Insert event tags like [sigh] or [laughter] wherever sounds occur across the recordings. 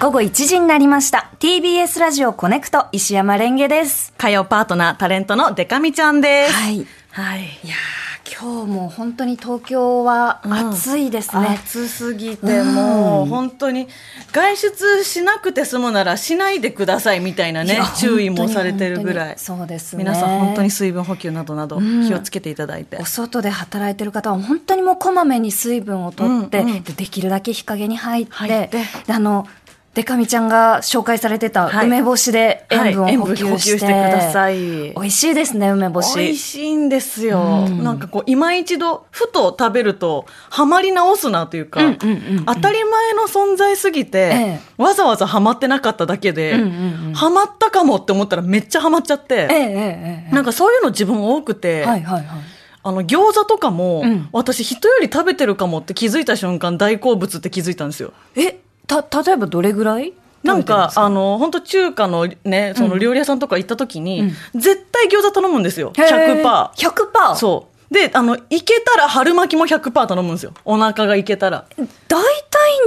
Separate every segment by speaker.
Speaker 1: 午後1時になりました TBS ラジオコネクト石山レンゲです
Speaker 2: 火曜パートナータレントのデカミちゃんです。
Speaker 1: はい
Speaker 2: はい。
Speaker 1: いやー今日も本当に東京は暑いですね、
Speaker 2: 暑すぎてもう本当に外出しなくて済むならしないでくださいみたいないね
Speaker 1: や
Speaker 2: 注意もされてるぐら
Speaker 1: 本当に本当
Speaker 2: い
Speaker 1: にそうですね
Speaker 2: 皆さん本当に水分補給などなど
Speaker 1: ん
Speaker 2: 気をつけていただいて、
Speaker 1: お外で働いてる方は本当にもうこまめに水分を取って、
Speaker 2: うんうん
Speaker 1: でできるだけ日陰に入って
Speaker 2: 入って
Speaker 1: であのでかみちゃんが紹介されてた
Speaker 2: はい
Speaker 1: 梅干しで塩分
Speaker 2: はい
Speaker 1: を補
Speaker 2: 塩分
Speaker 1: 給
Speaker 2: 補
Speaker 1: して,、
Speaker 2: 給してください
Speaker 1: 美味しいですね梅干し
Speaker 2: 美味しいんですよ、
Speaker 1: うん
Speaker 2: なんかこう今一度ふと食べるとハマり直すなというか、
Speaker 1: うんうんうんうん
Speaker 2: 当たり前の存在すぎ
Speaker 1: え
Speaker 2: て、わざわざハマってなかっただけで、
Speaker 1: うんうんうん
Speaker 2: ハマったかもって思ったらめっちゃハマっちゃって、
Speaker 1: ええええええ
Speaker 2: なんかそういうの自分多くて、
Speaker 1: はいはいはい
Speaker 2: あの餃子とかも、
Speaker 1: うん
Speaker 2: 私人より食べてるかもって気づいた瞬間大好物って気づいたんですよ。
Speaker 1: えた例えばどれぐらい
Speaker 2: なんかあの本当中華のねその料理屋さんとか行った時に、絶対餃子頼むんですよ。100%パー。
Speaker 1: 100%パー
Speaker 2: そう。であのいけたら春巻きも100%パー頼むんですよ。お腹がいけたら。
Speaker 1: 大体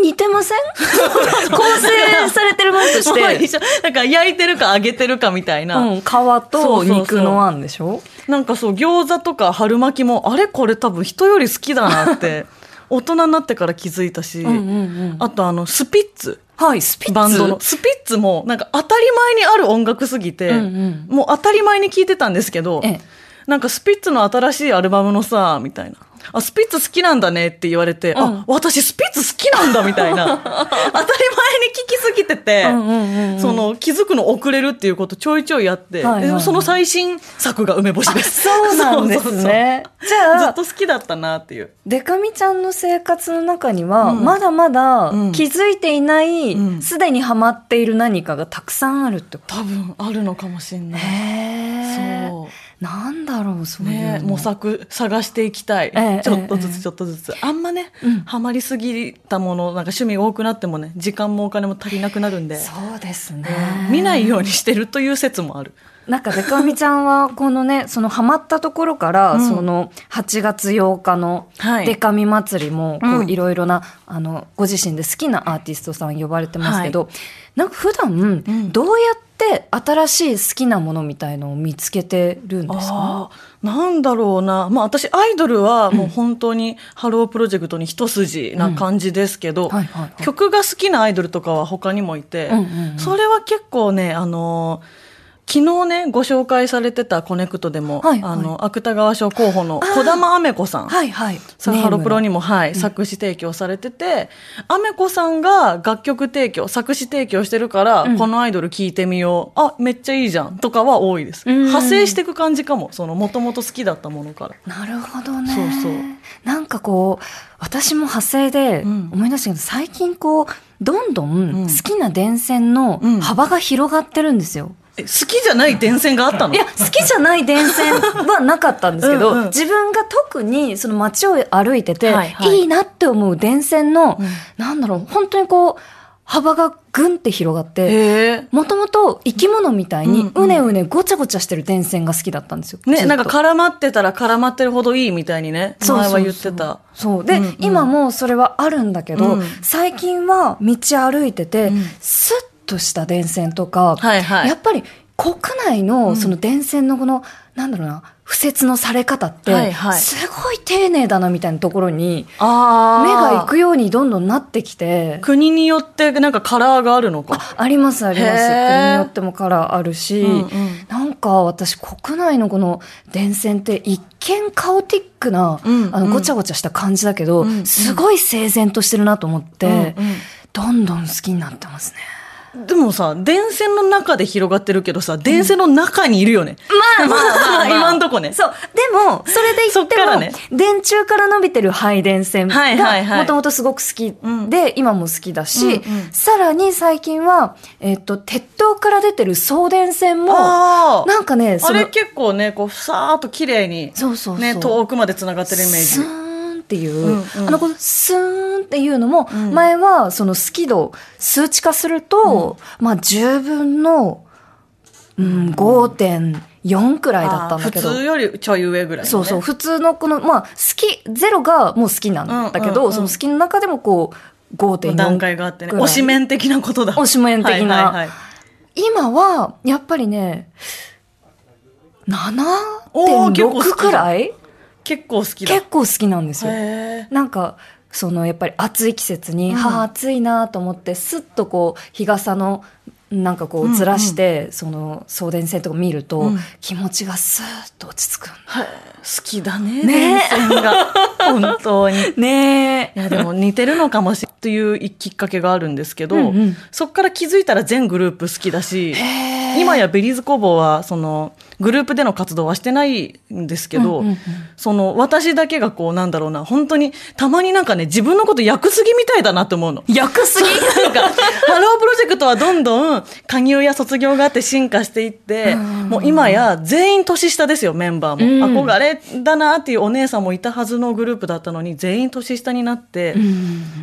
Speaker 1: 似てま
Speaker 2: [laughs]
Speaker 1: せん構成されてるものとして、
Speaker 2: 一緒 [laughs] なんか焼いてるか揚げてるかみたいな。
Speaker 1: うん、皮と肉のあんでしょ
Speaker 2: なんかそう餃子とか春巻きもあれこれ多分人より好きだなって
Speaker 1: [laughs]
Speaker 2: 大人になってから気づいたし、
Speaker 1: うんうん
Speaker 2: あとあのスピッツ
Speaker 1: はいスピッツ
Speaker 2: バン [laughs] ドのスピッツもなんか当たり前にある音楽すぎて、
Speaker 1: うん
Speaker 2: もう当たり前に聴いてたんですけど、
Speaker 1: ええ
Speaker 2: なんかスピッツの新しいアルバムのさみたいな。あスピッツ好きなんだねって言われて、
Speaker 1: うん
Speaker 2: あ私スピッツ好きなんだみた
Speaker 1: [laughs]
Speaker 2: いな当たり前に聞きすぎてて、
Speaker 1: うんうんうんうん
Speaker 2: その気づくの遅れるっていうことちょいちょいやっ
Speaker 1: はい
Speaker 2: て、
Speaker 1: はいはい
Speaker 2: でその最新作が梅干しです
Speaker 1: そうなんです
Speaker 2: [laughs] そうそうそう
Speaker 1: ね。じゃ
Speaker 2: ずっ
Speaker 1: あ、
Speaker 2: と好きだったなっていう。
Speaker 1: デカミちゃんの生活の中には、
Speaker 2: うん
Speaker 1: まだまだ
Speaker 2: うん
Speaker 1: 気づいていない、
Speaker 2: うん
Speaker 1: すでにハマっている何かがたくさんあるってこと。
Speaker 2: 多分あるのかもしれない。
Speaker 1: へ
Speaker 2: そ。
Speaker 1: なんだろう、そうういうの。
Speaker 2: ね、模索探していきたい、
Speaker 1: ええ
Speaker 2: ちょっとず
Speaker 1: ええ
Speaker 2: つちょっとずつ、あんまね、
Speaker 1: うん
Speaker 2: ハマりすぎたものなんか趣味が多くなってもね時間もお金も足りなくなるんで、
Speaker 1: そうですね。
Speaker 2: 見ないようにしてるという説もある
Speaker 1: なんかデカミちゃんは、このね、そのハマったところから、
Speaker 2: うん
Speaker 1: その8月8日の
Speaker 2: はい
Speaker 1: デカミ祭りも、こ
Speaker 2: う
Speaker 1: うんいろいろな、あの、ご自身で好きなアーティストさん呼ばれてますけど、なんか普段、
Speaker 2: ん
Speaker 1: どうやって新しい好きなものみたいのを見つけてるんですか
Speaker 2: あーなんだろうな、まあ、私アイドルはもう本当にハロープロジェクトに一筋な感じですけど、
Speaker 1: うんはいはいはい
Speaker 2: 曲が好きなアイドルとかは他にもいて、
Speaker 1: うんうんうん
Speaker 2: それは結構ねあの昨日ね、ご紹介されてたコネクトでも、
Speaker 1: はいはい
Speaker 2: あの、芥川賞候補の小玉あめ子さん。
Speaker 1: はいはい。
Speaker 2: それハロプロに
Speaker 1: も。
Speaker 2: も、はい、作詞提供されてて、アメコさんが楽曲提供、作詞提供してるから、
Speaker 1: うん
Speaker 2: このアイドル聴いてみよう。あ、めっちゃいいじゃん。とかは多いです。
Speaker 1: うん
Speaker 2: 派生していく感じかも。その、もともと好きだったものから。
Speaker 1: なるほどね。
Speaker 2: そうそう
Speaker 1: なんかこう、私も派生で
Speaker 2: うん
Speaker 1: 思い出したけど、最近こう、どんど
Speaker 2: うんん
Speaker 1: 好きな電線の
Speaker 2: うん
Speaker 1: 幅が広がってるんですよ。
Speaker 2: え好きじゃない伝染があったの
Speaker 1: いや、好きじゃない電線はなかったんですけど、
Speaker 2: うんうん
Speaker 1: 自分が特にその街を歩いてて、
Speaker 2: はいい
Speaker 1: い
Speaker 2: はい
Speaker 1: なって思う電線の、
Speaker 2: うん
Speaker 1: なんだろう、本当にこう、幅がぐんって広がって、
Speaker 2: へ
Speaker 1: もともと生き物みたいに
Speaker 2: うんうん
Speaker 1: うねうねごちゃごちゃしてる電線が好きだったんですよ。
Speaker 2: え。
Speaker 1: ずっ
Speaker 2: ね、
Speaker 1: と
Speaker 2: なんか絡まってたら絡まってるほどいいみたいにね、前は言ってた。
Speaker 1: そうで、
Speaker 2: うんうん
Speaker 1: 今もそれはあるんだけど、
Speaker 2: うん
Speaker 1: 最近は道歩いてて、
Speaker 2: うん
Speaker 1: スッとした電線とか、
Speaker 2: はいはい
Speaker 1: やっぱり国内
Speaker 2: う
Speaker 1: の
Speaker 2: ん
Speaker 1: その電線のこの、なんだろうな敷設のされ方って、
Speaker 2: はいはい
Speaker 1: すごい丁寧だなみたいなところに
Speaker 2: あ
Speaker 1: 目が行
Speaker 2: よ。
Speaker 1: くようにどんどんなってきて。
Speaker 2: 国によってなんかカラーがあるのか。
Speaker 1: あありますあります
Speaker 2: へー
Speaker 1: 国によってもカラーあるし、
Speaker 2: うんうん
Speaker 1: なんか私国内のこの電線って一見カオティックな、
Speaker 2: うん
Speaker 1: あの
Speaker 2: うん
Speaker 1: ごちゃごちゃした感じだけど、
Speaker 2: うんうん
Speaker 1: すごい整然としてるなと思って、
Speaker 2: うんうん
Speaker 1: どんどん好きになってますね。
Speaker 2: でもさ、電線の中で広がってるけどさ、電線の中にいるよね。
Speaker 1: まあまあまあ
Speaker 2: [laughs] 今んとこね。
Speaker 1: そう。でも、それで言
Speaker 2: そ
Speaker 1: っ
Speaker 2: ってか
Speaker 1: も、
Speaker 2: らね
Speaker 1: 電柱から伸びてる配電線
Speaker 2: は
Speaker 1: が
Speaker 2: いはいはい
Speaker 1: もともとすごく好きで、
Speaker 2: うん
Speaker 1: 今も好きだし、
Speaker 2: うんうん
Speaker 1: さらに最近は、えっ、と、鉄塔から出てる送電線も、
Speaker 2: あー
Speaker 1: なんかね、
Speaker 2: あ
Speaker 1: そ
Speaker 2: れ
Speaker 1: の、
Speaker 2: 結構ね、こう、さーっと綺麗に、
Speaker 1: そうそうそう。
Speaker 2: ね、遠くまで繋がってるイメ
Speaker 1: ス
Speaker 2: ージ。
Speaker 1: ーンっていう、
Speaker 2: うんうん
Speaker 1: あのこのスーンっていうのも、
Speaker 2: ん
Speaker 1: 前はその好き度数値化すると、まあ10分の、うん、5.4くらいだったんだけど。
Speaker 2: あー普通よりちょい上ぐらいのね、
Speaker 1: そうそう普通のこのまあ好きゼロがもう好きなんだけど、
Speaker 2: うんうんうん
Speaker 1: その好きの中でもこう5.4
Speaker 2: 段階があってね。
Speaker 1: ぐらい
Speaker 2: 推し面的なことだ。
Speaker 1: 推し面的な
Speaker 2: はいはいはい
Speaker 1: 今は、やっぱりね、
Speaker 2: おー結構好き
Speaker 1: 7.6
Speaker 2: じゃん
Speaker 1: くらい
Speaker 2: 結構好きだ。
Speaker 1: 結構好きなんですよ。
Speaker 2: へー
Speaker 1: なんか、そのやっぱり暑い季節に、
Speaker 2: うん
Speaker 1: はあ暑いなと思って、すっとこう、日傘の、なんかこう、ずらして、その、送電線とか見ると、
Speaker 2: うん
Speaker 1: 気持ちがスーッと落ち着くんだ。
Speaker 2: はい好きだね。
Speaker 1: ね
Speaker 2: 電線 [laughs] が。本当に。い
Speaker 1: ねえ。
Speaker 2: や、でも似てるのかもしれないというきっかけがあるんですけど、
Speaker 1: うんうん
Speaker 2: そっから気づいたら全グループ好きだし、
Speaker 1: へー
Speaker 2: 今やベリーズ工房は、その、グループでの活動はしてないんですけど、
Speaker 1: うんうんうん
Speaker 2: その、私だけがこう、なんだろうな、本当に、たまになんかね、自分のこと役すぎみたいだなと思う [laughs] の。
Speaker 1: 役すぎ
Speaker 2: なんか、ハロープロジェクトはどんどん加入や卒業があって進化していって、
Speaker 1: うん
Speaker 2: もう今や全員年下ですよ、メンバーも。
Speaker 1: うん
Speaker 2: 憧れだなっていうお姉さんもいたはずのグループだったのに、全員年下になって、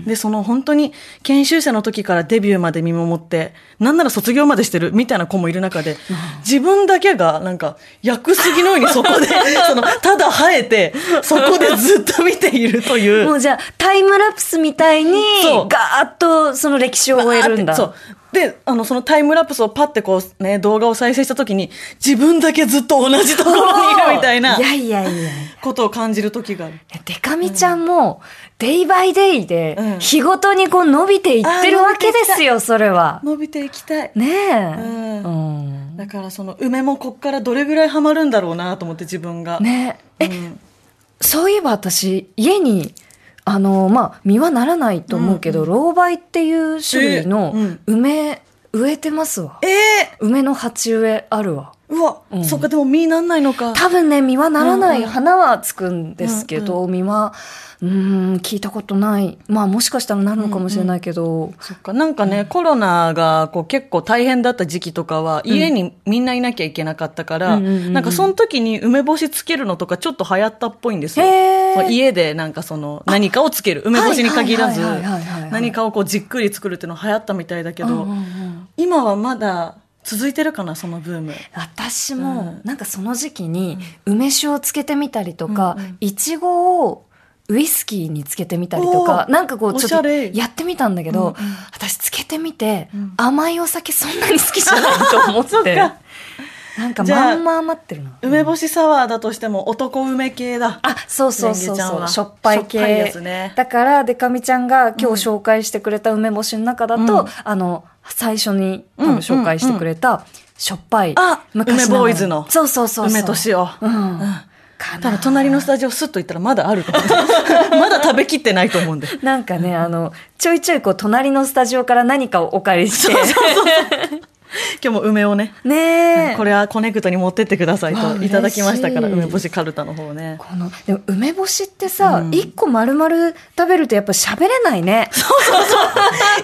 Speaker 2: で、その本当に研修生の時からデビューまで見守って、なんなら卒業までしてるみたいな子もいる中で、自分だけがなんか、役すぎのようにそこ
Speaker 1: [laughs]
Speaker 2: で、その、ただ生えて、そこでずっと見ているという。
Speaker 1: もうじゃあ、タイムラプスみたいに、
Speaker 2: そう
Speaker 1: ガーッとその歴史を終えるんだ。
Speaker 2: そう。で、あの、そのタイムラプスをパってこうね、動画を再生した時に、自分だけずっと同じところ [laughs] にいるみたいない
Speaker 1: やいやいや。
Speaker 2: ことを感じる時がある。
Speaker 1: デカミちゃんも、デイバイデイで
Speaker 2: う、ん
Speaker 1: 日ごとにこう伸びていってるわけですよ、それは。
Speaker 2: 伸びていきたい。
Speaker 1: ねえ。
Speaker 2: う
Speaker 1: うん
Speaker 2: だからその梅もこっからどれぐらいハマるんだろうなと思って自分が。
Speaker 1: ねえ、
Speaker 2: うん
Speaker 1: そういえば私、家に、あの、まあ、実はならないと思うけど、老梅っていう種類の
Speaker 2: えうん
Speaker 1: 梅、植えてますわ。
Speaker 2: え
Speaker 1: 梅の鉢植えあるわ。
Speaker 2: ー、うわ、
Speaker 1: うん
Speaker 2: そっか、でも実なんないのか。
Speaker 1: 多分ね、実はならな
Speaker 2: うん
Speaker 1: い、
Speaker 2: うん
Speaker 1: 花はつくんですけど、実は、うーん、聞いたことない。まあ、もしかしたらなるのかもしれないけど、
Speaker 2: そっか、なんかね、コロナがこう結構大変だった時期とかは、家にみんないなきゃいけなかったから、
Speaker 1: うんうんうんうん
Speaker 2: なんかその時に梅干しつけるのとかちょっと流行ったっぽいんですよ。
Speaker 1: へー
Speaker 2: そう家でなんかその何かをつける。梅干しに限らず
Speaker 1: はいはいはいはいはいはい、
Speaker 2: 何かをこうじっくり作るっていうの流行ったみたいだけ
Speaker 1: うん
Speaker 2: ど、
Speaker 1: うんうん
Speaker 2: 今はまだ続いてるかな、そのブーム。
Speaker 1: 私
Speaker 2: う
Speaker 1: も
Speaker 2: ん、
Speaker 1: なんかその時期に、梅酒をつけてみたりとか
Speaker 2: うんうん、
Speaker 1: いちごをウイスキーにつけてみたりとか
Speaker 2: お、ー
Speaker 1: なんかこう、ちょっ
Speaker 2: おしゃ
Speaker 1: と
Speaker 2: れ
Speaker 1: やってみたんだけど、
Speaker 2: うんうん
Speaker 1: 私つけてみて、
Speaker 2: うん
Speaker 1: 甘いお酒そんなに好きじゃないと思
Speaker 2: [laughs] そ
Speaker 1: っ、
Speaker 2: ってか
Speaker 1: なんか
Speaker 2: じゃあ
Speaker 1: まんま余ってるな。
Speaker 2: 梅干しサワーだとしても男梅系だ。
Speaker 1: あ、そうそうそう
Speaker 2: レンゲちゃん
Speaker 1: そう。
Speaker 2: は
Speaker 1: しょっぱい系。
Speaker 2: しょっぱいやつね
Speaker 1: だから、でかみちゃんが今日紹介してくれた梅干しの中だと、
Speaker 2: うん
Speaker 1: あの、最初に多
Speaker 2: うん
Speaker 1: 分紹介してくれた、しょっぱい。
Speaker 2: あ
Speaker 1: 昔
Speaker 2: 梅ボーイズの
Speaker 1: そうそうそうそう。
Speaker 2: 梅と塩。
Speaker 1: うん。
Speaker 2: うん
Speaker 1: か
Speaker 2: ただ
Speaker 1: な。
Speaker 2: 隣のスタジオスッと行ったらまだあると思
Speaker 1: [laughs]
Speaker 2: うまだ食べきってないと思うんで。
Speaker 1: なんかね、あの、ちょいちょいこう、隣のスタジオから何かをお借りして。
Speaker 2: 今日も梅をね、
Speaker 1: ねえ。
Speaker 2: これはコネクトに持ってってください
Speaker 1: わあ
Speaker 2: といただきましたから、
Speaker 1: 嬉しい
Speaker 2: 梅干しカルタの方をね。
Speaker 1: この、でも梅干しってさ
Speaker 2: う、ん
Speaker 1: 一、個丸々食べるとやっぱ喋れないね。
Speaker 2: [laughs]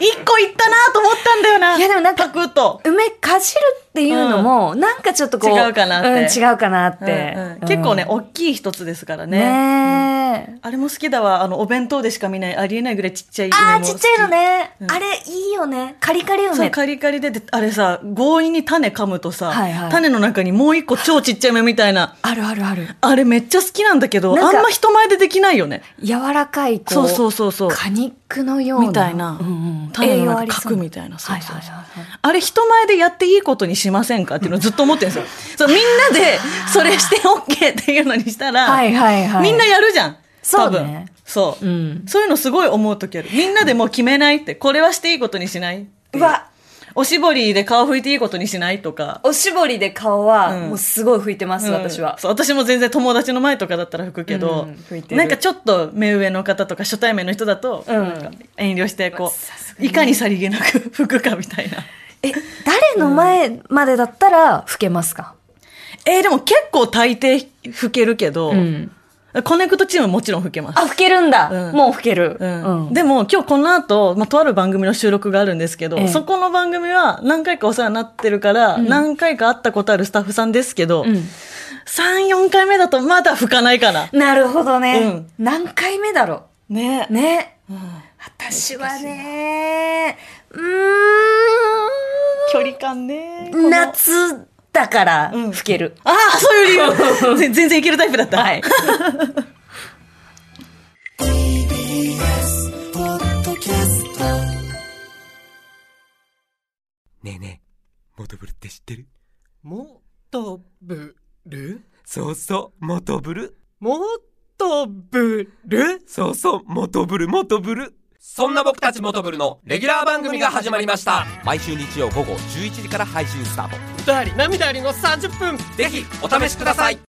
Speaker 2: 一個いったなと思ったんだよな。
Speaker 1: いやでもなんか
Speaker 2: パクッと。
Speaker 1: 梅かじるっていうのも、なんかちょっとこう。
Speaker 2: 違うかなって
Speaker 1: うん違うかなって。
Speaker 2: うんうん結構ね、
Speaker 1: うん
Speaker 2: 大きい一つですからね。
Speaker 1: ねえ。
Speaker 2: あれも好きだわ。あの、お弁当でしか見ない、ありえないぐらいちっちゃい梅も
Speaker 1: ああ、
Speaker 2: 好き。
Speaker 1: ちっちゃいのね。
Speaker 2: うん
Speaker 1: あれ、いいよね。カリカリよ
Speaker 2: そう、
Speaker 1: ね。
Speaker 2: カリカリで、であれさ、強引に種噛むとさ、
Speaker 1: はいはい
Speaker 2: 種の中にもう一個超ちっちゃい梅みたいな、
Speaker 1: あるあるある。
Speaker 2: あれめっちゃ好きなんだけど、
Speaker 1: なんか
Speaker 2: あんま人前でできないよね。
Speaker 1: 柔らかい、こう。
Speaker 2: そうそうそうそう。
Speaker 1: 果肉のような。
Speaker 2: みたいな
Speaker 1: うんうん、
Speaker 2: 種の
Speaker 1: 栄養あり
Speaker 2: 中
Speaker 1: そ
Speaker 2: 書
Speaker 1: う
Speaker 2: くみたいなそうそうそう
Speaker 1: はいはいはいはい
Speaker 2: あれ人前でやっていいことにしませんかっていうのをずっと思ってるんですよ。
Speaker 1: [laughs]
Speaker 2: そうみんなでそれして OK っていうのにしたら、
Speaker 1: はいはいはい。
Speaker 2: みんなやるじゃん。
Speaker 1: そうね
Speaker 2: 多分そう、
Speaker 1: うん
Speaker 2: そういうのすごい思う時ある。みんなでもう決めないって、これはしていいことにしないっていう
Speaker 1: わ、
Speaker 2: おしぼりで顔拭いていいことにしないとか。
Speaker 1: おしぼりで顔は、
Speaker 2: うん
Speaker 1: もうすごい拭いてます、
Speaker 2: うん
Speaker 1: 私
Speaker 2: [laughs]
Speaker 1: は。
Speaker 2: そう私も全然友達の前とかだったら拭くけど、
Speaker 1: うん拭いてる
Speaker 2: なんかちょっと目上の方とか初対面の人だと、
Speaker 1: うん
Speaker 2: なんか遠慮してこ
Speaker 1: さすが
Speaker 2: ういかにさりげなく [laughs] 拭くかみたいな
Speaker 1: え、誰の前までだったら、拭けますか、
Speaker 2: えーでも結構大抵拭けるけど、
Speaker 1: うん
Speaker 2: コネクトチームもちろん拭けます
Speaker 1: あ、拭けるんだ、
Speaker 2: うん
Speaker 1: もう拭ける。
Speaker 2: うんでも今日この後、まあ、とある番組の収録があるんですけど、
Speaker 1: ええ
Speaker 2: そこの番組は何回かお世話になってるから、何回か会ったことあるスタッフさんですけど、
Speaker 1: うん
Speaker 2: 3、4回目だとまだ拭かないかな。
Speaker 1: なるほどね、
Speaker 2: うん
Speaker 1: 何回目だろ
Speaker 2: ね
Speaker 1: う。ね。
Speaker 2: うん
Speaker 1: 私はね、う
Speaker 2: 距離感ね。
Speaker 1: ーん、夏だから
Speaker 2: うん
Speaker 1: 吹ける。
Speaker 2: ああ、そういう理由ぜ全然いけるタイプだった。
Speaker 1: はい。
Speaker 3: TBS ポッドキャストねえねえ、モトブルって知ってる
Speaker 4: もっとぶる
Speaker 3: そうそう、モトブル。
Speaker 4: もっとぶる
Speaker 3: そうそう、モトブル、モトブル。
Speaker 5: そんな僕たちモトブルのレギュラー番組が始まりました。
Speaker 3: 毎週日曜午後11時から配信スタート。
Speaker 4: 歌あり涙ありの30分
Speaker 5: ぜひお試しください。